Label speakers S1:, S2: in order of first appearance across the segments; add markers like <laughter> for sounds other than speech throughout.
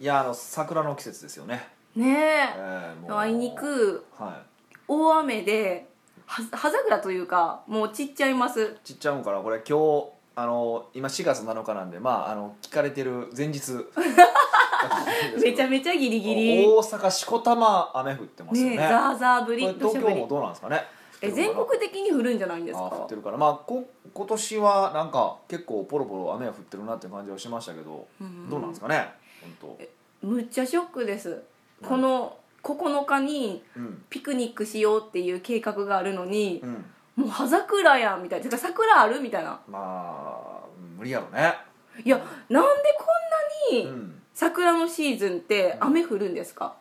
S1: いやあの桜の季節ですよね、
S2: ねえ
S1: えーもう
S2: あいにく
S1: は
S2: 大雨では葉桜というかもう散っちゃいます
S1: いちっちゃいもんからこれ今日あの今4月7日なんでまああの聞かれてる
S2: <laughs>
S1: 前日
S2: めちゃめちゃギリギリ
S1: 大阪しこたま雨降ってますよ
S2: ね
S1: ね
S2: えザーザー降
S1: これ
S2: り土
S1: 東
S2: 砂
S1: 京
S2: 降り
S1: もどうなんですかね
S2: え全国的に降るんじゃないんです
S1: あー降
S2: か
S1: ってるからまあこ今年はなんか結構ポロポロ雨が降ってるなって感じはしましたけど、
S2: うん
S1: どうなんですかね本
S2: むっちゃショックですこの9日に
S1: 当うん
S2: ピクニックしようっていう計画があるのに
S1: う、ん
S2: もう葉桜やんみたいなてか桜あるみたいな
S1: まあうん無理やろね
S2: いやなんでこ
S1: う
S2: んなに
S1: ん
S2: 桜のシーズンって雨降るんですか、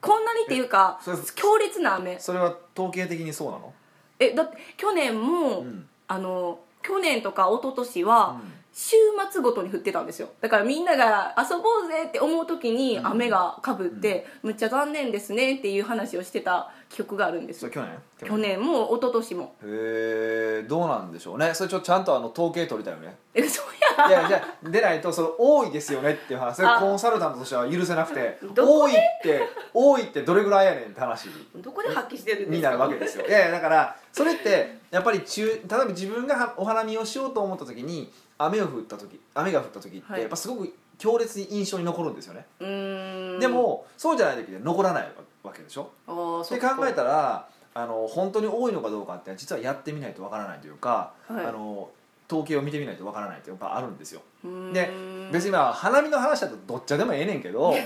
S2: こんなにっていうか
S1: えそれ
S2: 強烈な雨
S1: それは統計的にそうなの
S2: えだって去年も、
S1: うん
S2: あの去年とか一昨年は、
S1: うん
S2: 週末ごとに降ってたんですよだからみんなが遊ぼうぜって思う時に
S1: うん
S2: 雨がかぶって、むっちゃ残念ですねっていう話をしてた記憶があるんです
S1: そ
S2: よ
S1: れ去年
S2: 去年も一昨年も
S1: へえどうなんでしょうねそれちょっとちゃんとあの統計取りたいよ
S2: <laughs>
S1: ね
S2: えそう
S1: いやじゃあ出ないとその多いですよねっていう話それ
S2: あ
S1: コンサルタントとしては許せなくて
S2: ど
S1: 多
S2: こ
S1: いって多いってどれぐらいやねんって話
S2: やどこで発揮してるんで
S1: に
S2: す
S1: な
S2: か
S1: るわけです
S2: <laughs>
S1: よいやいやだからそれってやっぱり中例えば自分がはお花見をしようと思った時に雨を降った時雨が降った時って、
S2: はい
S1: やっぱすごく強烈に印象に残るんですよね、
S2: うーん
S1: でもそうじゃない時で残らないわけでしょ
S2: あー
S1: っ
S2: そ
S1: て
S2: っ
S1: 考
S2: か
S1: えたらあの本当に多いのかどうかって実はやってみないとわからないというか、
S2: はい
S1: あの統計を見てみないとわからないってやっぱあるんですよ。
S2: うーん
S1: で別にまあ花見の話だとどっちでもええねんけどこれ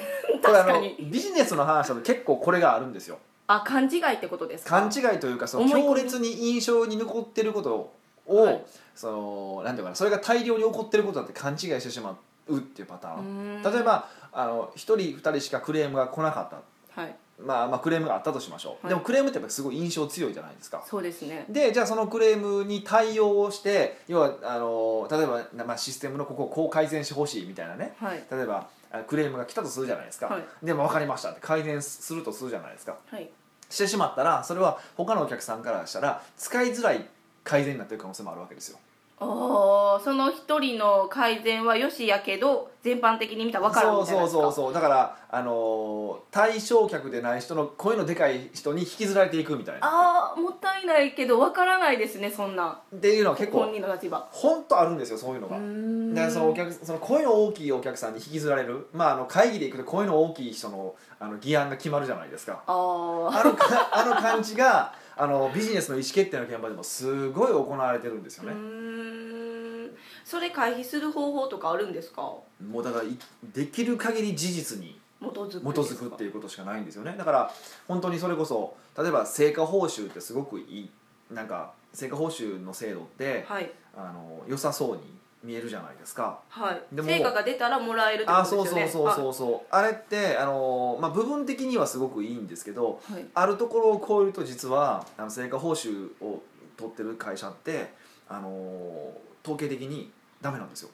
S1: あ
S2: <laughs> 確か
S1: の
S2: に
S1: ビジネスの話だと結構これがあるんですよ。
S2: あ勘違いってことですか
S1: 勘違いというかその
S2: 思い込み
S1: 強烈に印象に残ってることを、
S2: はい
S1: そのなんていうかなそれが大量に起こってることだって勘違いしてしまうっていうパター
S2: う
S1: ン。
S2: ーん
S1: 例えばあの1人2人しかクレームが来なかった
S2: はい
S1: まあ、まあクレームがあったとしましょう、
S2: はい
S1: でもクレームってやっぱすごい印象強いじゃないですか
S2: そうですね
S1: でじゃあそのクレームに対応をして要はあの例えば、なまあ、システムのここをこう改善してほしいみたいなね
S2: はい
S1: 例えばあクレームが来たとするじゃないですか、
S2: はい
S1: でも分かりましたって改善するとするじゃないですか
S2: はい
S1: してしまったらそれは他のお客さんからしたら使いづらい改善になってる可能性もあるわけですよ
S2: おーその一人の改善はよしやけど全般的に見たら分かるみたいな
S1: そ
S2: や
S1: う
S2: つ
S1: そうそう
S2: か
S1: そうだから、あの対象客でない人の声のでかい人に引きずられていくみたいな
S2: ああもったいないけど分からないですねそんな
S1: っていうのは結構
S2: 本人の立場
S1: 本当あるんですよそういうの
S2: う
S1: が。
S2: ーん
S1: でそのお客その声の大きいお客さんに引きずられる、まあ、あの会議で行くと声の大きい人のあの議案が決まるじゃないですか
S2: あ
S1: あのかあの感じがあのビジネスの意思決定の現場でもすごい行われてるんです
S2: あ、
S1: よね
S2: う、ーんそれ回避する方法とかあるんですか
S1: もうだからいできる限り事実に
S2: 基づ
S1: 基
S2: くです
S1: づ
S2: か
S1: くっていうことしかないんですよねだから本当にそれこそ例えば成果報酬ってすごくいいなんか成果報酬の制度って、
S2: はい
S1: あの良さそうに見えるじゃないですか
S2: はい
S1: でも
S2: 成果が出たらもらえるってこ
S1: あ
S2: と
S1: そう
S2: です
S1: そ
S2: よ
S1: うそう
S2: ね
S1: そううそうあれってあのー、まあ、部分的にはすごくいいんですけど
S2: そうはい
S1: あるところを超えると実はあの成果報酬を取ってる会社ってあのー統計的にダメなんですよ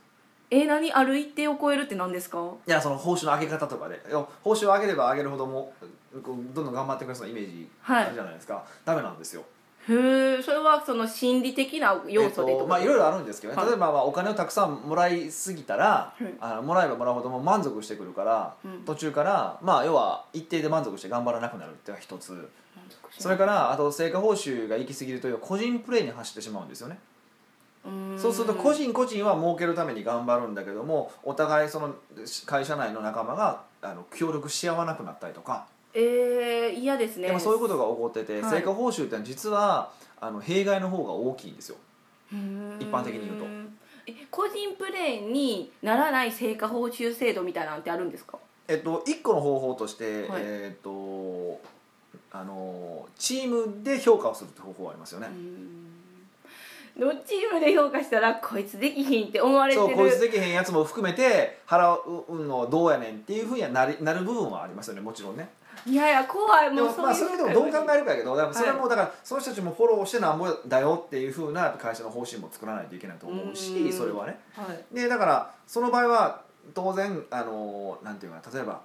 S2: えー、何ある一定を超えるって何ですか
S1: いやその報酬の上げ方とかでいや報酬を上げれば上げるほどもこうどんどん頑張ってくれそうなイメージ
S2: はい
S1: あるじゃないですか、ダメなんですよ
S2: へえそれはその心理的な要素で
S1: えっとまあいろいろあるんですけどね、
S2: はい
S1: 例えばまあお金をたくさんもらいすぎたら、
S2: い
S1: あのもらえばもらうほどもう満足してくるから、
S2: うん
S1: 途中からまあ要は一定で満足して頑張らなくなるっていうのが一つそれからあと成果報酬が行き過ぎるという個人プレーに走ってしまうんですよねそうすると個人個人は儲けるために頑張るんだけどもお互いその会社内の仲間があの協力し合わなくなったりとか、
S2: えー、嫌ですね
S1: でもそういうことが起こってて、
S2: はい
S1: 成果報酬ってのは実はあの弊害の方が大きいんですよ
S2: 一
S1: 一般的に言うと
S2: え個人プレーにならない成果報酬制度みたいなんてあるんですか
S1: えっと、1個の方法として、
S2: はい
S1: えっとあのチームで評価をするって方法はありますよね
S2: う、んどっチームで評価したらこいつできひんって思われて
S1: そうこいつ
S2: る
S1: できへんやつも含めて払うのどうやねんっていうふうにはなりなる部分はありますよねもちろんね
S2: いやいや怖い
S1: で
S2: もう
S1: もまあそれでもどう考えるかやけどだからそれはもうだからその人たちもフォローしてなんぼだよっていうふうな会社の方針も作らないといけないと思う
S2: う
S1: し
S2: ん
S1: それはね
S2: はい
S1: でだからその場合は当然あのなんていうかな例えば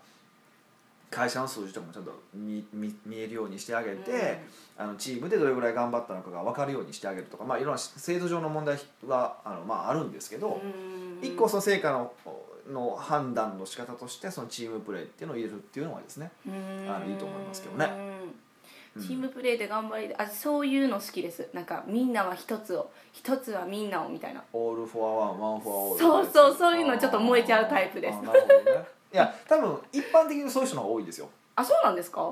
S1: 会社の数字とかもちゃんと見見見えるようにしてあげて、あのチームでどれぐらい頑張ったのかが分かるようにしてあげるとか、まあ、いろんな制度上の問題はあの、まあ、あるんですけ
S2: う
S1: ど、
S2: ん
S1: 一個その成果のおの判断の仕方としてそのチームプレーっていうのを入れるっていうのはですねあのいいと思いますけどね
S2: うんチームプレーで頑張りあそういうの好きですなんかみんなは一つを一つはみんなをみたいな
S1: オール・フォア・ワンワン・フォア・オール
S2: そうそうそういうのちょっと燃えちゃうタイプです
S1: あーなるほどねいや多分一般的にそういう人の方が多いですよ
S2: あそうなんですか、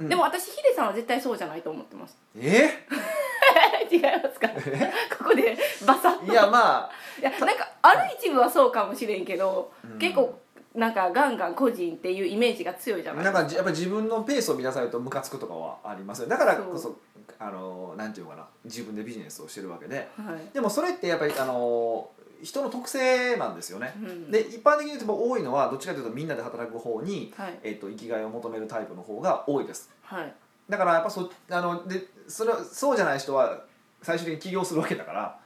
S1: うん
S2: でも私ヒデさんは絶対そうじゃないと思ってます <laughs>
S1: え <laughs>
S2: 違いますかここでバサッと
S1: いやまあ
S2: いやなんかある一部はそうかもしれんけど、
S1: うん
S2: 結構なんかガンガン個人っていうイメージが強いじゃない
S1: なんかじやっぱ自分のペースを乱されるとムカつくとかはありますよだからこ
S2: そ
S1: そあのなんていうのかな自分でビジネスをしてるわけで
S2: はい
S1: でもそれってやっぱりあの人の特性なんですよね
S2: う、ん
S1: で一般的に言うと多いのはどっちかというとみんなで働く方に、
S2: はい
S1: えっと生きがいを求めるタイプの方が多いです
S2: はい
S1: だからやっぱそあのでそれはそうじゃない人は最終的に起業するわけだから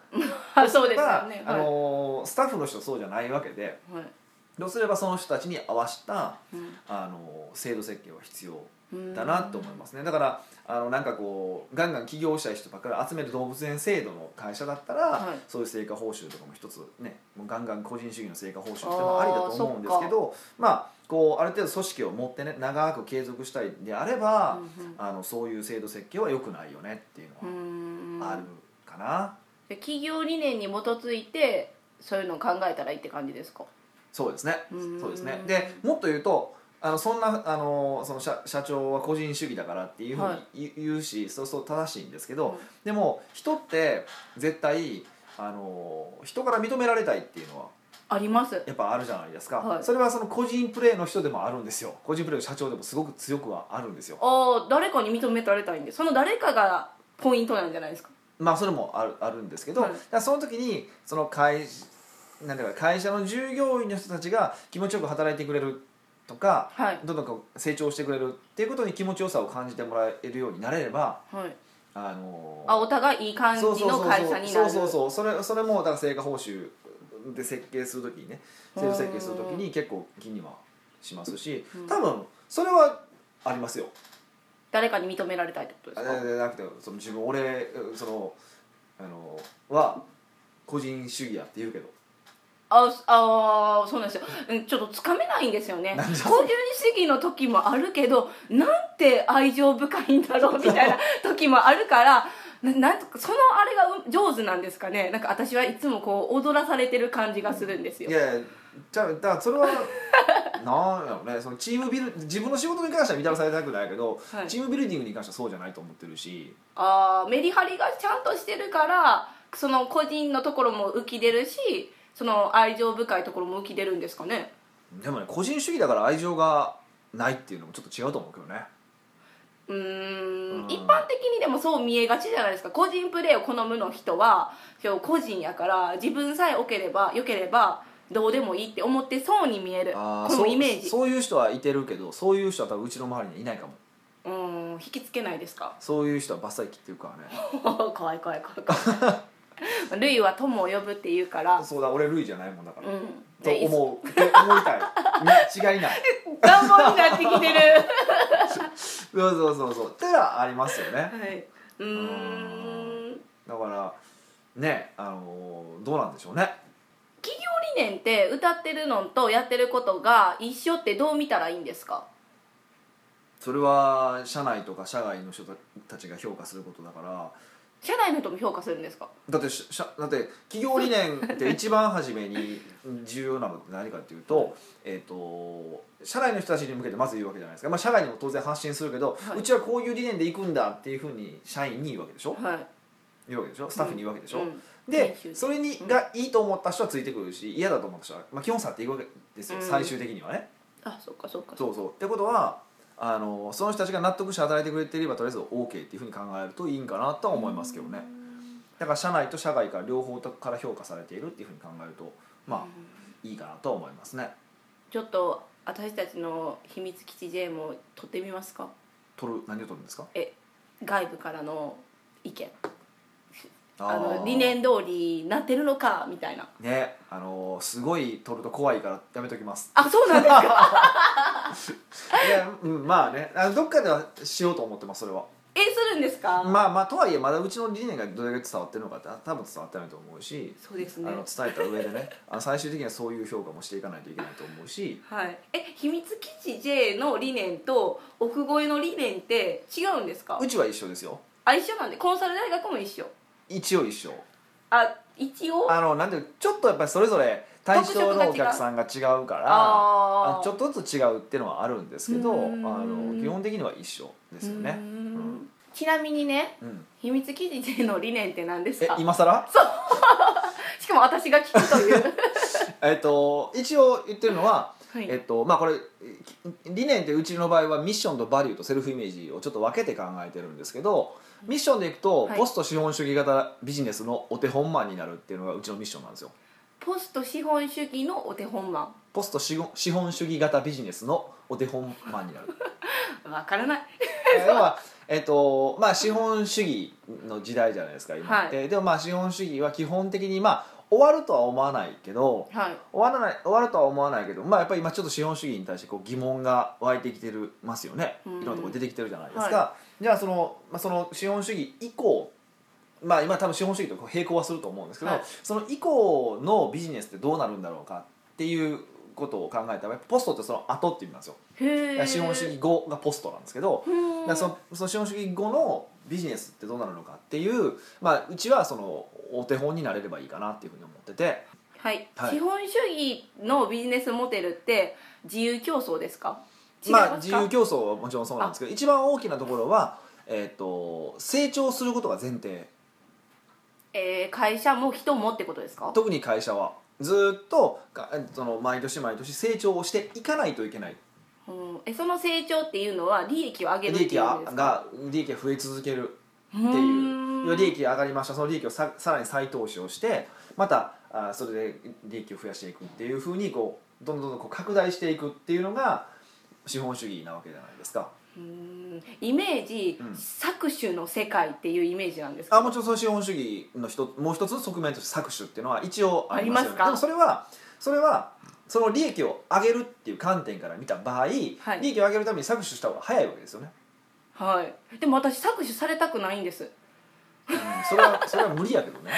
S2: あそうです
S1: だ
S2: よ
S1: か
S2: ね
S1: らあのスタッフの人はそうじゃないわけで
S2: はいはい
S1: どうすればその人たちに合わせた
S2: うん
S1: あの制度設計は必要
S2: うん
S1: だなと思いますねだからあのなんかこうガンガン起業したい人ばっかり集める動物園制度の会社だったら、
S2: はい
S1: そういう成果報酬とかも一つねもうガンガン個人主義の成果報酬ってのもありだと思うんですけどまあこうある程度組織を持ってね長く継続したいんであれば、あのそういう制度設計は良くないよねっていう
S2: う
S1: の
S2: んうんうん
S1: はあるかな、
S2: で企業理念に基づいてそういうのを考えたらいいって感じですか
S1: そうですね
S2: うん
S1: そうですねでもっと言うとあのそんなあのその社社長は個人主義だからっていうふう
S2: はい
S1: に言う言うし、そうそう正しいんですけど、
S2: うん
S1: でも人って絶対あの人から認められたいっていうのは
S2: あります
S1: やっぱあるじゃないですか、
S2: はい
S1: それはその個人プレーの人でもあるんですよ個人プレーの社長でもすごく強くはあるんですよ
S2: ああ誰かに認められたいんでその誰かがポイントなんじゃないですか
S1: まあそれもあるあるんですけど、
S2: はい
S1: だからその時にその会なんていうか会社の従業員の人たちが気持ちよく働いてくれるとか、
S2: はい
S1: どんどんこう成長してくれるっていうことに気持ちよさを感じてもらえるようになれれば
S2: はい
S1: あの
S2: あお互いいい感じの会社になる
S1: そうそうそうそうそれそれもだから成果報酬で設計する時にね制度設計する時に結構気にはしますし
S2: うん
S1: 多分それはありますよ
S2: 誰かに認められたいってことで
S1: あ
S2: す
S1: じ
S2: か
S1: ゃなくてその自分俺そのあのは個人主義やって言うけど
S2: あすあーそうなんですようんちょっとつかめないんですよね
S1: なんじゃ
S2: 個人主義の時もあるけどなんて愛情深いんだろうみ
S1: <laughs>
S2: たいな時もあるからななんとかそのあれがう上手なんですかねなんか私はいつもこう踊らされてる感じがするんです
S1: い
S2: よ
S1: やいやじゃあだからそれ
S2: <laughs>
S1: はなんやろねそのチームビル自分の仕事に関しては乱らされたくないけど、
S2: はい
S1: チームビルディングに関してはそうじゃないと思ってるし
S2: あーメリハリがちゃんとしてるからその個人のところも浮き出るしその愛情深いところも浮き出るんですかね
S1: でもね個人主義だから愛情がないっていうのもちょっと違うと思うけどね
S2: うー
S1: うんん
S2: 一般的にでもそう見えがちじゃないですか個人プレーを好むの人は今日個人やから自分さえ良ければ良ければどうでもいいって思ってそうに見える
S1: あー
S2: このイメージ
S1: そうそういう人はいてるけどそういう人は多分うちの周りにはいないかも
S2: うーん引きつけないですか
S1: そういう人はバッサリ切ってるからね
S2: <laughs> 怖い怖い怖い怖 <laughs> いルイは友を呼ぶって言うから
S1: そうだ俺ルイじゃないもんだから、
S2: うん
S1: と
S2: で
S1: 思うって思いたいに違いない
S2: <laughs> 願望になってき <laughs> てる
S1: そうそうそうそうってのはありますよね
S2: はいうーん
S1: だからねあのーどうなんでしょうね
S2: 企業理念って歌ってるのとやってることが一緒ってどう見たらいいんですか
S1: それは社内とか社外の人たちが評価することだから
S2: 社内の人も評価するんですか
S1: だってしゃだって企業理念って一番初めに重要なのって何かっていうと,、えー、と社内の人たちに向けてまず言うわけじゃないですか、まあ、社外にも当然発信するけど、
S2: はいう
S1: ちはこういう理念でいくんだっていうふうに社員に言うわけでしょ
S2: はい
S1: 言うわけでしょスタッフに言うわけでしょ、
S2: うん
S1: で
S2: 研修
S1: それにがいいと思った人はついてくるし嫌だと思った人は、まあ、基本去っていくわけですよ、
S2: うん
S1: 最終的にはね。
S2: あそっかそっか
S1: そうそうってことはあのその人たちが納得して働いてくれていればとりあえず OK っていうふうに考えるといいんかなとは思いますけどねだから社内と社外から両方から評価されているっていうふうに考えるとまあいいかなとは思いますね
S2: ちょっと私たちの秘密基地 J も取ってみますか
S1: 取る何を取るんですか
S2: え外部からの意見
S1: あ
S2: あ
S1: ー
S2: の理念通りなってるのかみたいな
S1: ねあのすごい取ると怖いからやめときます
S2: あそうなんです
S1: <laughs>
S2: か
S1: いや、うん、まあねあのどっかではしようと思ってますそれは
S2: えするんですか、
S1: まあまあとはいえまだうちの理念がどれだけ伝わってるのかって多分伝わってないと思うし
S2: そうですね
S1: あの伝えた上で <laughs> ねあの最終的にはそういう評価もしていかないといけないと思うし
S2: はい、え秘密基地 J の理念と奥越えの理念って違うんですか
S1: うちは一緒ですよ
S2: あ一緒なんでコンサル大学も一緒
S1: 一応一緒
S2: あ一応
S1: あのなんていうちょっとやっぱりそれぞれ対象のお客さんが違うから
S2: あ
S1: あ
S2: ー
S1: ちょっとずつ違うっていうのはあるんですけどあ
S2: う
S1: の
S2: ん
S1: 基本的には一緒ですよね
S2: うーん
S1: うん
S2: ちなみにね
S1: うん
S2: 秘密基地 J の理念って何です
S1: え
S2: か
S1: 今更
S2: しかも私が聞くという、
S1: <laughs> えっと一応言ってるのは、
S2: はい
S1: えっとまあ、これ理念ってうちの場合はミッションとバリューとセルフイメージをちょっと分けて考えてるんですけどミッションでいくと、
S2: はい
S1: ポスト資本主義型ビジネスのお手本マンになるっていうのがうちのミッションなんですよ
S2: ポスト資本主義のお手本マ
S1: ポスト資本資本主義型ビジネスのお手本マンになる
S2: ンわからない
S1: えー要はえっとまあ、資本主義の時代じゃないですか今って、でもまあ資本主義は基本的に、まあ、終わるとは思わないけど、
S2: はい
S1: 終わらない終わるとは思わないけど、まあ、やっぱり今ちょっと資本主義に対してこう疑問が湧いてきてるますよね、
S2: うん
S1: いろんなところ出てきてるじゃないですか、じゃあその,、まあ、その資本主義以降まあ今多分資本主義と並行はすると思うんですけど、
S2: はい
S1: その以降のビジネスってどうなるんだろうかっていうことを考えたらポストってその後って意味なんですよ、
S2: へえ
S1: 資本主義後がポストなんですけど、だからそのその資本主義後のビジネスってどうなるのかっていう、まあ、うちはそのお手本になれればいいかなっていうふうに思ってて。
S2: はい、
S1: はい
S2: 資本主義のビジネスモデルって自由競争ですか違い
S1: まあ、
S2: ます
S1: 自
S2: か、
S1: 由競争はもちろんそうなんですけど一番大きなところは、えー、と成長することが前提
S2: えー会社も人もってことですか
S1: 特に会社はずーっとかその毎年毎年成長をしていかないといけない
S2: うんえその成長っていうのは利益を上げるっ
S1: 利
S2: て
S1: 益
S2: いう意
S1: が
S2: 味ですか
S1: が利益が増え続ける
S2: って
S1: っていう
S2: う
S1: 利益が上がりましたその利益をささらに再投資をしてまたあーそれで利益を増やしていくっていうふうにこうどんどんどんどんこう拡大していくっていうのが資本主義なわけじゃないですか
S2: うんイメージ、
S1: うん
S2: 搾取の世界っていうイメージなんですか
S1: あもちろんその資本主義の一つもう一つの側面として搾取っていうのは一応ありますよ、ね、
S2: ありますか
S1: でもそれはそれはその利益を上げるっていう観点から見た場合、利益を上げるために搾取した方が早いわけ
S2: <laughs>
S1: ですよね、
S2: はいでも私搾取されたくないんです
S1: うん、それはそれは無理やけど
S2: <laughs>
S1: ね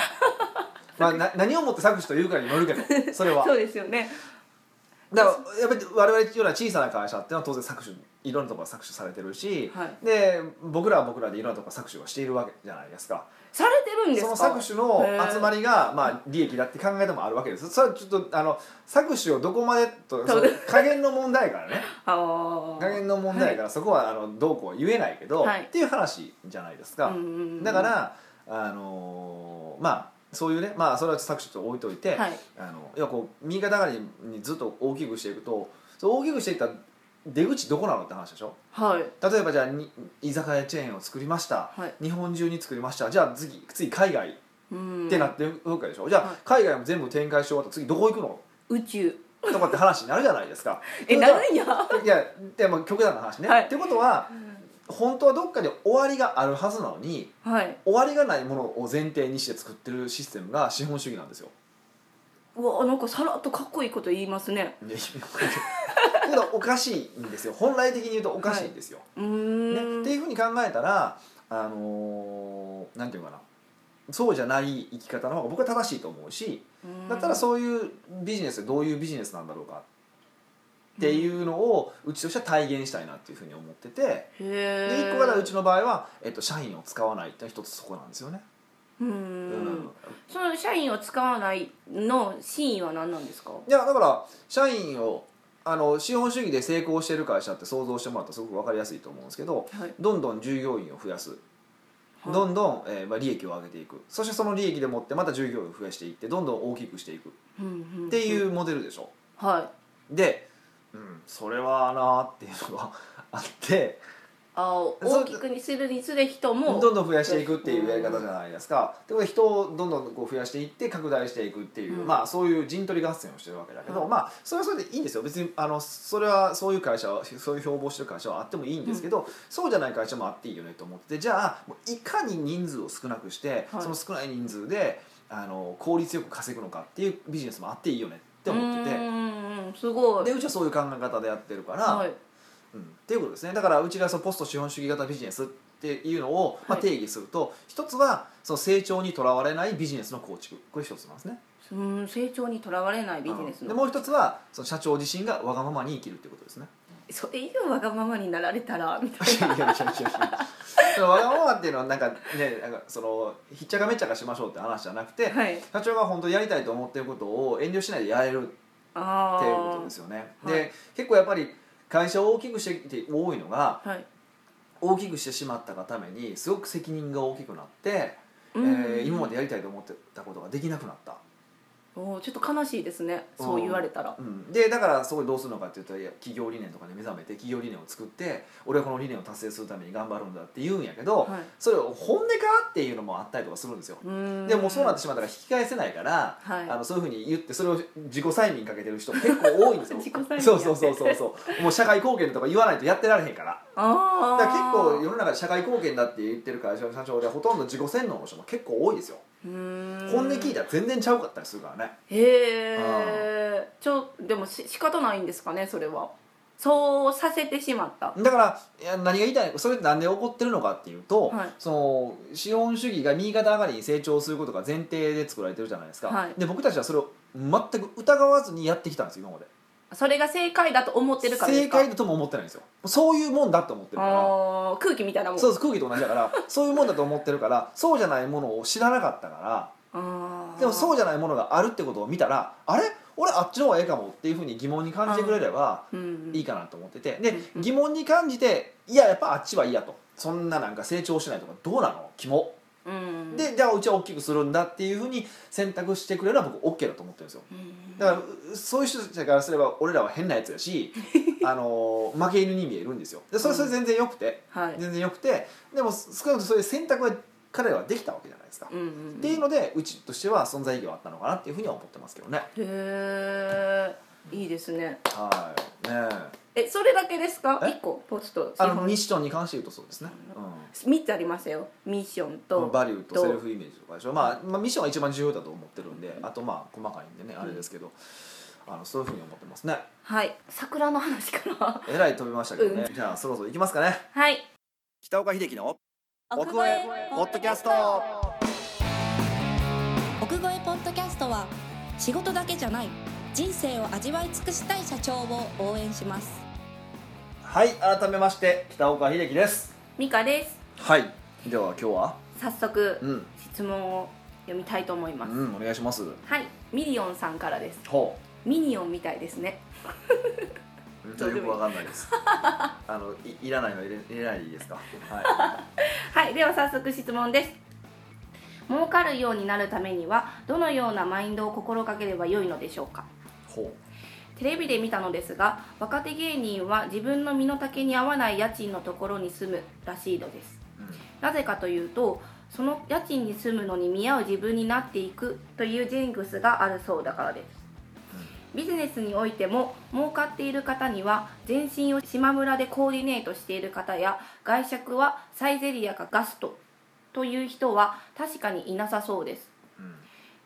S1: まあ、な何をもって搾取というかに乗るけど
S2: <laughs>
S1: それは
S2: そうですよね
S1: だからやっぱり我々ような小さな会社っていうのは当然搾取いろんなところが搾取されてるし、
S2: は
S1: で僕らは僕らでいろんなところが搾取をしているわけじゃないですか
S2: されてるんです
S1: その
S2: か
S1: 搾取の集ま
S2: り
S1: りが、まあ、利益だって考えてもあるわけですそれはちょっとあの搾取をどこまでと
S2: そ
S1: そうの加減の問題や
S2: <laughs>
S1: からね
S2: あ
S1: 加減の問題やから、そこはあのどうこう言えないけど、
S2: はい
S1: っていう話じゃないですか、だ
S2: だ
S1: からあのーまあそういうねまあそれは搾取と置いといて、
S2: はい
S1: あの要はこう右肩上がりにずっと大きくしていくとそう大きくしていった出口どこなのって話でしょ
S2: はい
S1: 例えばじゃあに居酒屋チェーンを作りました、
S2: はい
S1: 日本中に作りましたじゃあ次次海外
S2: うん
S1: ってなってるわけでしょ、じゃあ、
S2: はい
S1: 海外も全部展開し終わったら次どこ行くの
S2: 宇宙
S1: とかって話になるじゃないですか
S2: え
S1: それじゃ
S2: なるんや
S1: いやでも極端な話ね、
S2: はい
S1: ってことは本当はどっかで終わりがあるはずなのに
S2: はい
S1: 終わりがないものを前提にして作ってるシステムが資本主義なんですよ
S2: うわなんかさらっとかっこいいこと言いますね <laughs>
S1: いやいやこれがおかしいんですよ本来的に言うとおかしいんですよ、
S2: う
S1: ね
S2: ーん、
S1: っていうふうに考えたらあのーなんていうのかなそうじゃない生き方の方が僕は正しいと思うし、
S2: うん
S1: だったらそういうビジネスってどういうビジネスなんだろうかっていうのをうちとしては体現したいなっていうふうに思ってて
S2: へ
S1: で
S2: え
S1: 1個目はうちの場合は、えっと、社員を使わないって一つそこなんですよね、
S2: う
S1: うん
S2: んその社員を使わないの真意は何なんですか
S1: いやだから社員をあの資本主義で成功してる会社って想像してもらったらすごく分かりやすいと思うんですけど
S2: はい
S1: どんどん従業員を増やす
S2: はい
S1: どんどん、えーまあ、利益を上げていくそしてその利益でもってまた従業員を増やしていってどんどん大きくしていくっ
S2: うんうん
S1: ていうモデルでしょ、
S2: はい
S1: で、うん、それはなーっていうのがあって
S2: あ
S1: そう
S2: 大きくにするにつれ人も
S1: どんどん増やしていくっていうやり方じゃないですか。ってことで人をどんどんこう増やしていって拡大していくっていう、
S2: うん
S1: まあそういう陣取り合戦をしてるわけだけど、
S2: うん
S1: まあそれはそれでいいんですよ別にあのそれはそういう会社はそういう標榜してる会社はあってもいいんですけど、そうじゃない会社もあっていいよねと思っててじゃあもういかに人数を少なくして、
S2: はい
S1: その少ない人数であの効率よく稼ぐのかっていうビジネスもあっていいよねって思って
S2: う
S1: て
S2: んうんうんすごい
S1: でうちはそういう考え方でやってるから。
S2: はい
S1: うん、っていうことですねだからうちがそのポスト資本主義型ビジネスっていうのを、まあ、
S2: はい
S1: 定義すると、一つはその成長にとらわれないビジネスの構築これ一つなんですね
S2: うん成長にとらわれないビジネス
S1: うん
S2: の
S1: でもう一つはその社長自身がわがままに生きるっていうことですね
S2: それ以上わがままになられたらみ <laughs> たい
S1: いやいやいやいやそのわがままっていうのはなんかねなんかそのひっちゃかめっちゃかしましょうって話じゃなくて、 <laughs>
S2: なはい
S1: 社長が本当にやりたいと思っていることを遠慮しないでやれる
S2: ああ
S1: っていうことですよね。で、
S2: はい
S1: 結構やっぱり会社を大きくしてきて多いのが
S2: はい
S1: 大きくしてしまったがためにすごく責任が大きくなって、え
S2: うん
S1: ー今までやりたいと思ってたことができなくなった。
S2: おーちょっと悲しいですねそう言われたら
S1: うん、でだからそこでどうするのかっていうといや企業理念とかで目覚めて企業理念を作って俺はこの理念を達成するために頑張るんだって言うんやけど、
S2: はい
S1: それを本音かっていうのもあったりとかするんですよ。
S2: うん
S1: でもそうなってしまったから引き返せないから、
S2: はい
S1: あのそういうふうに言ってそれを自己催眠かけてる人結構多いんですよ
S2: <laughs> 自己催眠やって
S1: そうそうそうそうそうもう社会貢献とか言わないとやってられへんから
S2: あ
S1: だか
S2: あ
S1: ら結構世の中で社会貢献だって言ってる会社の社長でほとんど自己洗脳の人も結構多いですよ
S2: 本
S1: 本音聞いたら全然ちゃうかったりするからね
S2: へえちょでもし仕方ないんですかねそれはそうさせてしまった
S1: だからいや何が言いたいそれってなんで起こってるのかっていうと、
S2: はい
S1: その資本主義が右肩上がりに成長することが前提で作られてるじゃないですか、
S2: はい
S1: で僕たちはそれを全く疑わずにやってきたんですよ今まで
S2: それが正解だと思ってるからです
S1: 正
S2: か
S1: 解だとも思ってないんですよそういうもんだと思ってるか
S2: あー空気みたいなも
S1: ら
S2: ん
S1: そうです空気と同じだからそういうもんだと思ってるからそうじゃないものを知らなかったか
S2: あ
S1: ら
S2: ー
S1: でもそうじゃないものがあるってことを見たらあれ俺あっちの方がええかもっていうふうに疑問に感じてくれれば
S2: うんうん
S1: いいかなと思っててで
S2: うん
S1: 疑問に感じていややっぱあっちはいいやとそんななんか成長しないとかどうなの肝
S2: うん
S1: でじゃあうちは大きくするんだっていうふうに選択してくれれば僕 OK だと思ってるんですよ
S2: うん
S1: だからうそういう人たちからすれば俺らは変なやつやし
S2: <laughs>
S1: あの負け犬に見えるんですよでそれそれ全然よくて、
S2: はい
S1: 全然よくてでも少なくともそういう選択は彼らはできたわけじゃないですか、
S2: うんうんうん
S1: っていうのでうちとしては存在意義はあったのかなっていうふうには思ってますけどね
S2: へえいいですね
S1: はいねえ
S2: えそれだけですか
S1: え
S2: 一個ポスト
S1: あのミッ
S2: 資
S1: ションに関して言うとそうですね、
S2: 本三つありましたよミッション
S1: うん、
S2: と
S1: バリューと
S2: と
S1: セルフイメージとかでしょ、まあ、まあミッションが一番重要だと思ってるんであとまあ細かいんでねあれですけど、あのそういうふうに思ってますね
S2: はい桜の話から <laughs>
S1: えらい飛びましたけどね、じゃあそろそろ行きますかね
S2: はい
S1: 北岡秀樹の奥越ポッドキャスト
S3: 奥越えポッドキャストは仕事だけじゃない人生を味わい尽くしたい社長を応援します
S1: はい改めまして北岡秀樹です
S2: ミカです
S1: はいでは今日は
S2: 早速
S1: うん、
S2: 質問を読みたいと思います、
S1: うん、お願いします
S2: はいミリオンさんからです
S1: ほ
S2: ミニオンみたいですね
S1: う
S2: どうでもいい
S1: よくわかんないですあのいいらないの入れ入れないでいいですかは
S2: はいでは早速質問です儲かるようになるためにはどのようなマインドを心がければ良いのでしょうか
S1: いほ
S2: テレビで見たのですが若手芸人は自分の身の丈に合わない家賃のところに住むらしいのです
S1: う、うん、
S2: なぜかというとその家賃に住むのに見合う自分になっていくというジェンクスがあるそうだからですビジネスにおいても儲かっている方には全身を島村でコーディネートしている方や外食はサイゼリアかガストという人は確かにいなさそうです
S1: うん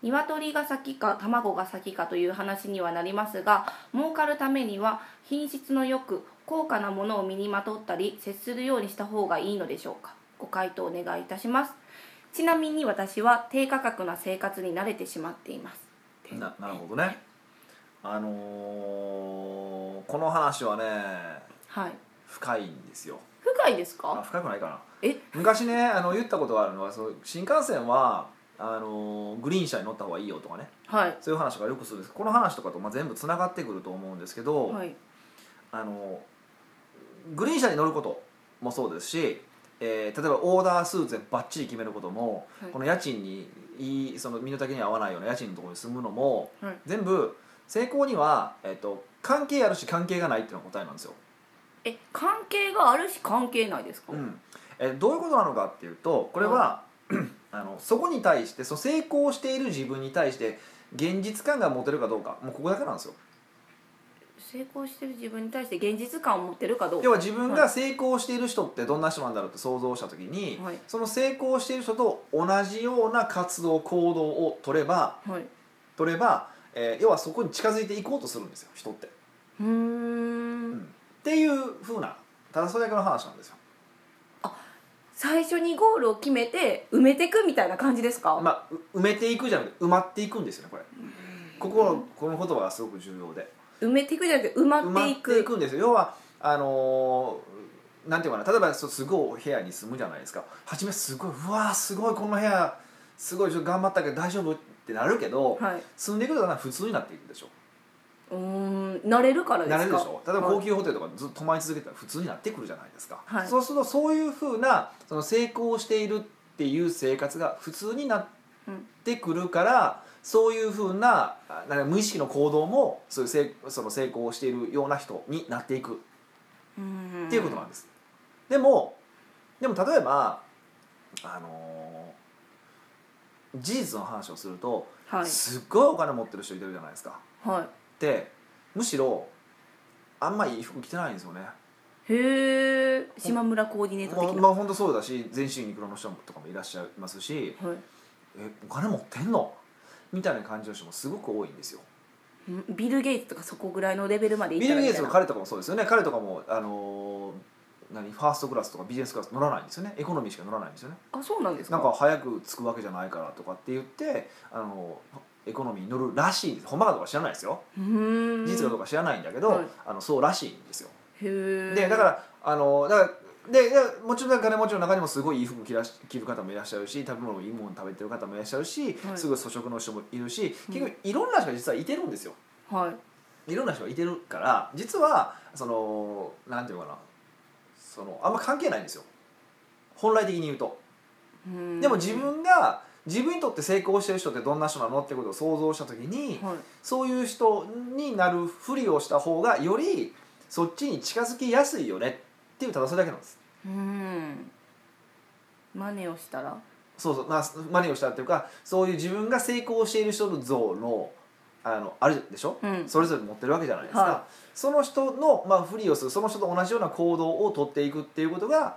S2: 鶏が先か卵が先かという話にはなりますが儲かるためには品質の良く高価なものを身にまとったり接するようにした方がいいのでしょうかご回答お願いいたしますちなみに私は低価格な生活に慣れてしまっています
S1: ななるほどねあのーこの話はね
S2: はい
S1: 深いんですよ
S2: 深いです
S1: あ
S2: か
S1: 深くないかな
S2: え
S1: 昔ねあの言ったことがあるのはその新幹線はあのーグリーン車に乗った方がいいよとかね
S2: はい
S1: そういう話とかよくするんですこの話とかと、まあ、全部つながってくると思うんですけど、
S2: はい
S1: あのグリーン車に乗ることもそうですし、えー例えばオーダースーツでバッチリ決めることも、
S2: はい
S1: この家賃にいいその身の丈に合わないような家賃のところに住むのも、
S2: はい
S1: 全部成功には、えっと関係あるし関係がないっていうのが答えなんですよ。
S2: え関係があるし関係ないですか、
S1: うんえーどういうことなのかっていうとこれは、あのそこに対してその成功している自分に対して現実感が持てるかどうかもうここだけなんですよ
S2: 成功してる自分に対して現実感を持ってるかどうか
S1: 要は自分が成功している人ってどんな人なんだろうって想像した時に、
S2: はい
S1: その成功している人と同じような活動行動を取れば
S2: はい
S1: 取れば、えー要はそこに近づいていこうとするんですよ人って。
S2: うーん
S1: うんっっていうふうなただそれだけの話なんですよ
S2: 最初にゴールを決めて埋めていくみたいな感じですか、
S1: まあう埋めていくじゃなくて埋まっていくんですよねこれここのこの言葉がすごく重要で
S2: 埋めていくじゃなくて埋ま
S1: 埋
S2: っ
S1: ま
S2: て
S1: っ
S2: い
S1: てい
S2: く
S1: くんですよ要はあのーなんていうかな例えばそうすごいお部屋に住むじゃないですか初めすごいうわーすごいこの部屋すごいちょっと頑張ったけど大丈夫ってなるけど、
S2: はい
S1: 住んでいくとだんだん普通になっていくでしょ
S2: うーん慣れるからですか
S1: なれるでしょ例えば
S2: はい
S1: 高級ホテルとかずっと泊まり続けたら普通になってくるじゃないですか、
S2: はい
S1: そうするとそういうふうなその成功しているっていう生活が普通になってくるから、そういうふうなあなんか無意識の行動もそういう成その成功しているような人になっていく
S2: うん
S1: っていうことなんです、でもでも例えばあのー事実の話をすると、
S2: はい
S1: すっごいお金持ってる人いてるじゃないですか
S2: は
S1: でむしろあんまいい服着てないんですよね
S2: いへえ島村コーディネート
S1: も
S2: 的
S1: う
S2: な、
S1: まあ本当そうだし全身ユニクロの人とかもいらっしゃいますし
S2: はい
S1: えお金持ってんのみたいな感じの人もすごく多いんですよ
S2: うんビル・ゲイツとかそこぐらいのレベルまでい
S1: ビ
S2: った
S1: ル・
S2: ら
S1: ゲイ
S2: みた
S1: ツ
S2: い
S1: の
S2: な
S1: 彼とかもそうですよね彼とかもあのー何ファーストクラスとかビジネスクラス乗らないんですよねエコノミーしか乗らないんですよね
S2: あそうなんですか
S1: なんか早く着くわけじゃないからとかって言ってあのエコノミーに乗るらしいんですほんまかどうか知らないですよ
S2: うーん
S1: 実かどうか知らないんだけど、
S2: はい
S1: あのそうらしいんですよ
S2: へえ
S1: でだからあのだからででもちろん金持ちの中にもすごいいい服着らし着る方もいらっしゃるし食べ物もいいもの食べてる方もいらっしゃるし、
S2: はい
S1: すごい粗食の人もいるし
S2: うん
S1: 結局いろんな人が実はいてるんですよ
S2: はい
S1: いろんな人がいてるから実はそのなんていうのかなそのあんま関係ないんですよ本来的に言うと。
S2: うん
S1: でも自分が自分にとって成功してる人ってどんな人なのってことを想像した時に、
S2: はい
S1: そういう人になるふりをした方がよりそっちに近づきやすいよねっていうただそれだけなんです
S2: うん真似をしたら
S1: そうそうまあ真似をしたっていうかそういう自分が成功している人の像のあのあるでしょ、
S2: うん
S1: それぞれ持ってるわけじゃないですか、
S2: は
S1: その人の、まあ、ふりをするその人と同じような行動を取っていくっていうことが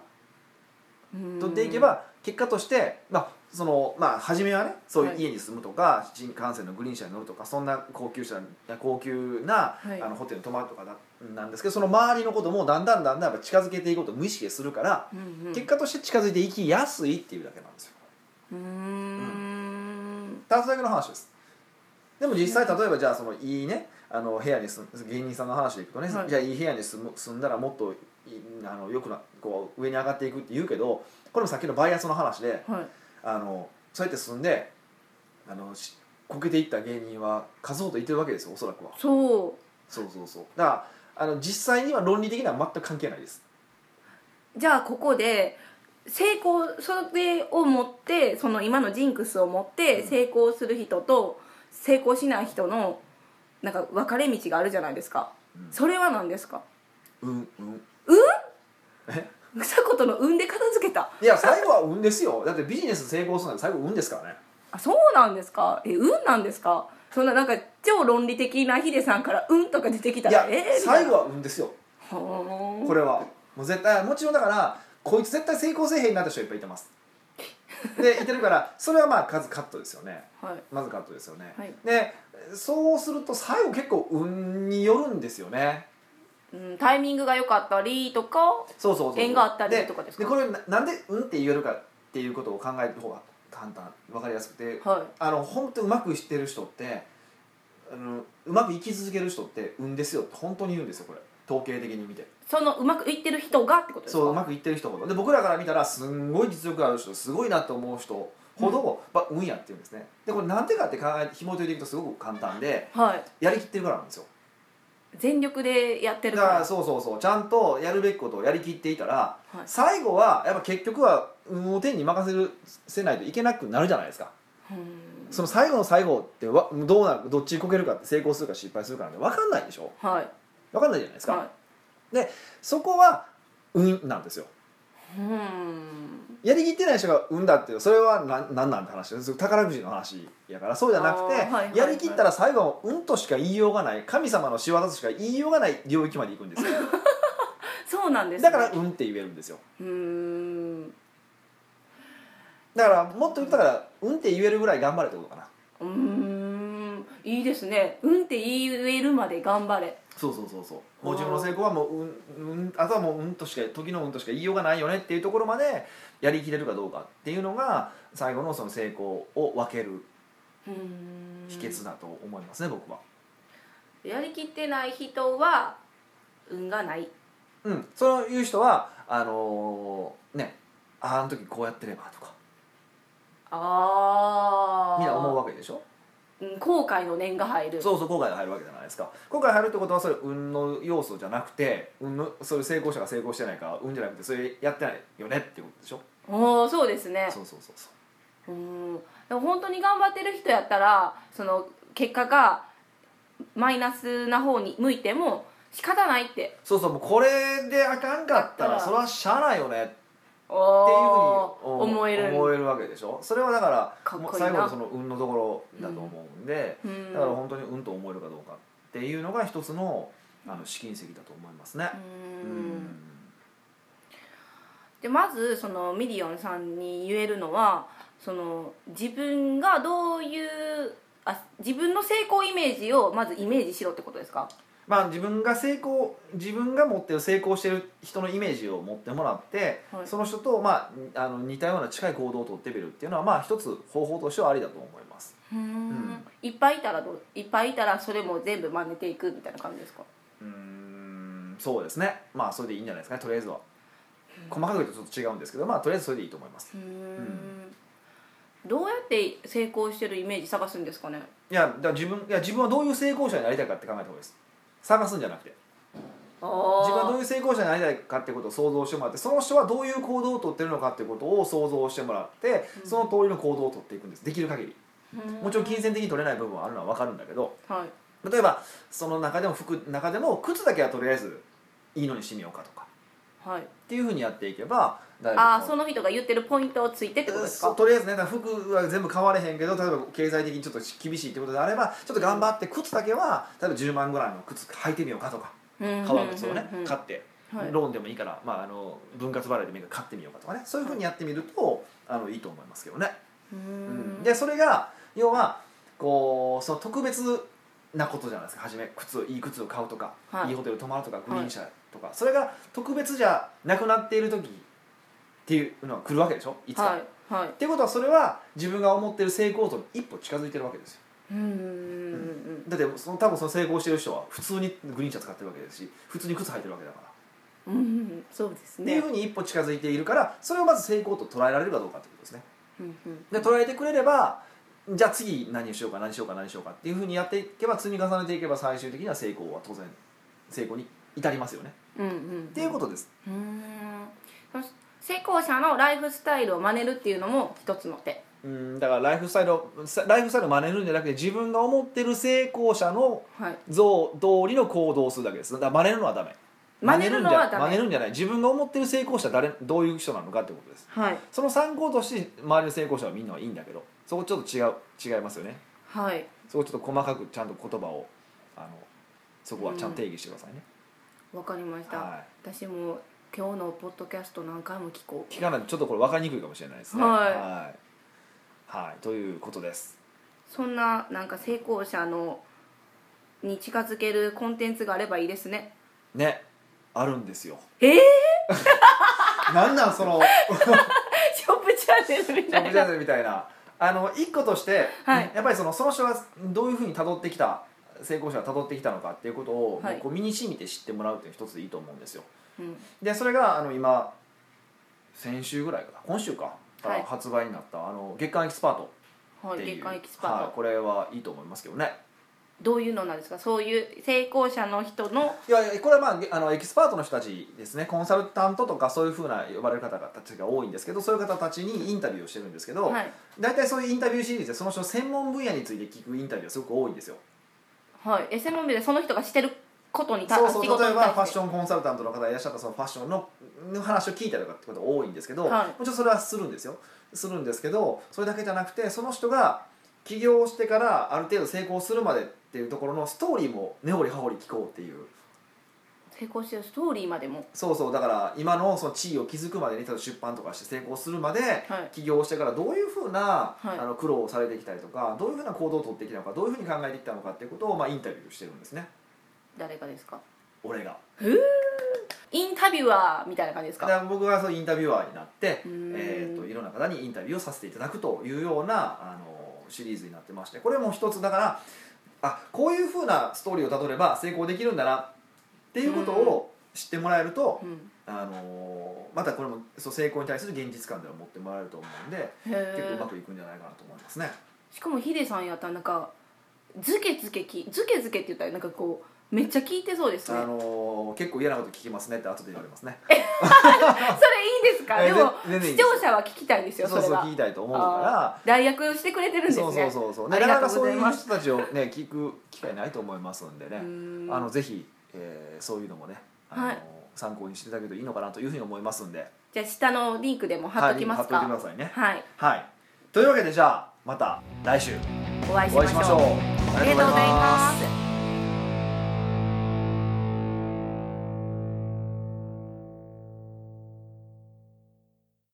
S2: うん
S1: 取っていけば結果として、まあそのまあ、初めはねそうい
S2: は
S1: う
S2: い
S1: 家に住むとか、新幹線のグリーン車に乗るとかそんな高級車高級な、
S2: はい
S1: あのホテルに泊まるとかだなんですけどその周りのこともだんだんだんだんやっぱ近づけていこうと無意識でするから、
S2: うんうん
S1: 結果として近づいていきやすいっていうだけなんですよ。
S2: うーん
S1: ただそれだけの話ですでも実際例えばじゃあそのいいねあの部屋に住む芸人さんの話でいくとね、
S2: はい
S1: じゃあいい部屋に住む住んだらもっといあのよくなこう上に上がっていくって言うけどこれもさっきのバイアスの話で。
S2: はい
S1: あのそうやって進んであのしこけていった芸人は数ほどいてるわけですよおそらくは
S2: そう
S1: そうそうそうだからあの実際には論理的には全く関係ないです
S2: じゃあここで成功それを持ってその今のジンクスを持って
S1: うん
S2: 成功する人と成功しない人のなんか分かれ道があるじゃないですか、
S1: うん
S2: それは何ですか
S1: うんうん
S2: 草ことの運で片付けた
S1: いや最後は運ですよだってビジネス成功するのは最後運ですからね
S2: あそうなんですかえ運なんですかそんななんか超論理的なヒデさんから「運」とか出てきた
S1: いや
S2: らえー、
S1: 最後は運ですよこ
S2: こ
S1: れはもう絶対もちろんだからこいつ絶対成功せえへんなった人いっぱいいてますでいてるからそれはまあ数カットですよね
S2: はい
S1: まずカットですよね、
S2: はい
S1: でそうすると最後結構運によるんですよね
S2: うん、タイミングが良かったりとか
S1: そうそうそう
S2: 縁があったりとかですか
S1: でこれななんで「うん」って言えるかっていうことを考える方が簡単わかりやすくて、
S2: は
S1: あの本当うまくしてる人ってあのうまく生き続ける人って「運ですよ」って本当に言うんですよこれ統計的に見て
S2: いそのうまくいってる人がってことですか
S1: そううまくいってる人ほどで僕らから見たらすんごい実力ある人すごいなと思う人ほど、まあ運やっていうんですねでこれなんでかって考えて紐解いていくとすごく簡単で
S2: はい
S1: やりきってるからなんですよ
S2: 全力でやって
S1: だ
S2: る
S1: か
S2: から
S1: らそうそうそうちゃんとやるべきことをやりきっていたら
S2: はい
S1: 最後はやっぱ結局は運を天に任せるせないといけなくなるじゃないですか
S2: うん
S1: その最後の最後ってわどうなるどっちにこけるかって成功するか失敗するかなんて分かんないでしょ
S2: はい
S1: 分かんないじゃないですか、
S2: は
S1: そこは運なんですよ
S2: いうん
S1: やりきってない人が運だっていうそれは何なんなんて話です宝くじの話やからそうじゃなくて、
S2: あーはいはい
S1: やりきったら最後は運としか言いようがない神様の仕業としか言いようがない領域まで行くんですよ
S2: そうなんです、ね、
S1: だから運って言えるんですよ
S2: うーん
S1: だからもっと言ったから運って言えるぐらい頑張れってことかな
S2: うーんいいですねうんって言えるまで頑張れ
S1: そうそうそうそうもう自分の成功はもう、うんうん、あとはもううんとしか時のうんとしか言いようがないよねっていうところまでやりきれるかどうかっていうのが最後のその成功を分ける
S2: うーん
S1: 秘訣だと思いますね、僕は
S2: やりきってない人は運がない
S1: うんそういう人はあのーねああの時こうやってればとか
S2: ああ
S1: みんな思うわけでしょ
S2: うん後悔の念が入る
S1: そうそう後悔が入るわけじゃないですか後悔入るってことはそれ運の要素じゃなくて運のそれ成功者が成功してないから運じゃなくてそれやってないよねっていうことでしょ
S2: おーそうですね
S1: そうそうそうそう
S2: うんでも本当に頑張ってる人やったらその結果がマイナスな方に向いても仕方ないって
S1: そうそうもうこれであかんかった
S2: だ
S1: ら
S2: ったら
S1: それはしゃあないよねっていうふう
S2: お
S1: に
S2: ー思える
S1: 思えるわけでしょそれはだから
S2: かっこいい
S1: もう最
S2: な
S1: 後のその運のところだと思うんで、
S2: うん
S1: だから本当に運と思えるかどうかっていうのが一つのあの試金石だと思いますね。
S2: うん
S1: うん
S2: でまずそのミリオンさんに言えるのはその自分がどういうあ自分の成功イメージをまずイメージしろってことですか
S1: まあ、自分が成功自分が持ってる成功してる人のイメージを持ってもらって、
S2: はい
S1: その人と、まあ、あの似たような近い行動をとってみるっていうのは、まあ、一つ方法としてはありだと思いますん
S2: いっぱいいたらどういっぱいいたらそれも全部真似ていくみたいな感じですか
S1: うーんそうですねまあそれでいいんじゃないですかねとりあえずは細かく言うとちょっと違うんですけど、まあ、とりあえずそれでいいと思います
S2: うんどうやって成功してるイメージ探すんですかね
S1: いやだから自分いや自分はどういう成功者になりたいかって考えた方がいいです探すんじゃなくて
S2: あ
S1: 自分はどう
S2: あ
S1: いう成功者になりたいかってことを想像してもらってその人はどういう行動をとってるのかってことを想像してもらってその通りの行動をとっていくんですできる限りもちろん金銭的に取れない部分はあるのは分かるんだけど
S2: はい
S1: 例えばその中でも服中でも靴だけはとりあえずいいのにしてみようかとか
S2: はい
S1: っていうふうにやっていけばだいぶ
S2: ああその人が言ってるポイントをついてってことです
S1: そう
S2: か
S1: とりあえずねだから服は全部買われへんけど例えば経済的にちょっと厳しいってことであればちょっと頑張って靴だけは例えば10万ぐらいの靴履いてみようかとか革
S2: 革
S1: 靴をね買って、
S2: はい
S1: ローンでもいいから、まあ、あの分割払いでもいいから買ってみようかとかねそういうふうにやってみるとあのいいと思いますけどね。うんでそれが要はこうその特別なことじゃないですか初め靴をいい靴を買うとか、
S2: はい
S1: い、いホテル泊まるとかグリーン車とか、それが特別じゃなくなっている時っていうのが来るわけでしょいつか。
S2: はいはい
S1: っていうことはそれは自分が思ってる成功と一歩近づいてるわけですよ
S2: うんうんうん
S1: だってその多分その成功してる人は普通にグリーン車使ってるわけですし普通に靴履いてるわけだから、
S2: うんうんそうです
S1: ってい
S2: ね
S1: うふうに一歩近づいているからそれをまず成功と捉えられるかどうかってことですね
S2: うんうん
S1: で捉えてくれればじゃあ次何をしようか何しようか何しようかっていうふうにやっていけば積み重ねていけば最終的には成功は当然成功に至りますよね、
S2: うんうん
S1: っていうことです
S2: うーんその成功者のライフスタイルを真似るっていうのも一つの手
S1: うんだからライフスタイルをライフスタイルを真似るんじゃなくて自分が思ってる成功者の
S2: はい
S1: 像通りの行動をするだけですだから真似るのはダメ
S2: 真似るのはダメ
S1: 真似るんじゃない自分が思ってる成功者は誰どういう人なのかってことです
S2: はい
S1: その参考として周りの成功者を見るのはいいんだけどそこちょっと違う違いますよね
S2: はい
S1: そこちょっと細かくちゃんと言葉をあのそこはちゃんと定義してくださいね、
S2: わかりました、
S1: は
S2: 私も今日のポッドキャスト何回も聞こう
S1: 聞かないとちょっとこれ分かりにくいかもしれないですね
S2: はい
S1: いはいということです
S2: そんななんか成功者のに近づけるコンテンツがあればいいです <laughs> ね
S1: ねあるんですよ
S2: ええ
S1: <laughs>
S2: ー、
S1: なんなんその
S2: ショップチャンネルみ
S1: ジ
S2: た
S1: ャブ
S2: い
S1: ジ
S2: な
S1: ャブみたいなあの一個として、
S2: はい
S1: やっぱりそのその人がどういうふうに辿ってきた成功者が辿ってきたのかっていうことを、
S2: はい
S1: こう身にしみて知ってもらうっていうのが一つでいいと思うんですよ
S2: うん
S1: でそれがあの今先週ぐらいかな今週か、
S2: はい
S1: から発売になったあの月間エキスパート
S2: はい
S1: っていう
S2: 月間エキスパート、
S1: はいこれはいいと思いますけどね
S2: どういうのなんですかそういう成功者の人の
S1: いやいやこれは、まあげ、あのエキスパートの人たちですねコンサルタントとかそういうふうな呼ばれる方々たちが多いんですけどそういう方たちにインタビューをしてるんですけど、
S2: はい
S1: 大体そういうインタビューシリーズでその人の専門分野について聞くインタビューがすごく多いんですよ
S2: はいえ専門でその人がしてることにた
S1: そうそう
S2: 仕事
S1: 例え
S2: に
S1: ば
S2: 対
S1: ファッ
S2: し
S1: シ
S2: て
S1: ョンコンサルタントの方がいらっしゃったそのファッションのの話を聞いたりとかってことが多いんですけど、
S2: はい
S1: もちろんそれはするんですよするんですけどそれだけじゃなくてその人が起業してからある程度成功するまでっていうところのストーリーも根掘り葉掘り聞こうっていう
S2: 成功してるストーリーまでも
S1: そうそうだから今のその地位を築くまでに例えば出版とかして成功するまで、起業してからどういうふうな、
S2: はい
S1: あの苦労をされてきたりとかどういうふうな行動を取ってきたのかどういうふうに考えてきたのかっていうことを、まあ、インタビューしてるんですね
S2: 誰かですか
S1: 俺が
S2: インタビュアーみたいな感じです
S1: だ
S2: か
S1: から僕がそのインタビュアーになって
S2: う、ーん
S1: えー、といろんな方にインタビューをさせていただくというようなあのシリーズになってましてこれも一つだからあこういうふうなストーリーをたどれば成功できるんだなっていうことを知ってもらえると、
S2: うん
S1: あのまたこれもそう成功に対する現実感では持ってもらえると思うんで
S2: へ
S1: 結構う
S2: え
S1: まくいくんじゃないかなと思いますね。
S2: しかもヒデさんやったらなんかズケズケきズケズケって言ったらなんかこうめっちゃ聞いてそうですね
S1: あのー結構嫌なこと聞きますねって後で言われますね。
S2: それいいんですか
S1: え
S2: でも
S1: 全然いい
S2: 視
S1: です
S2: 聴者は聞きたいんです
S1: そう
S2: よそれ
S1: そう
S2: は
S1: 聞きたいと思う
S2: あ
S1: か
S2: ー代役してくれてるん
S1: ら。
S2: ですね
S1: そうそうそうそう。
S2: あ
S1: ね
S2: り
S1: なか
S2: が
S1: なか
S2: とう
S1: そ
S2: ご
S1: う
S2: ざい
S1: いう
S2: ます
S1: 人たちをね聞く機会ないと思いますんでね。
S2: うん
S1: あのぜひ、えーそういうのもね、あのー
S2: はい
S1: 参考にしていただけるといいのかなというふうに思いますんで。
S2: じゃあ下のリンクでも貼っときますか
S1: はい、貼っといてくださいね。
S2: はい
S1: はい。というわけでじゃあまた来週
S2: お会いし
S1: お会
S2: ま
S1: い
S2: し
S1: し
S2: ょ
S1: ま
S2: う
S1: しょう。。
S2: ありがとうございますす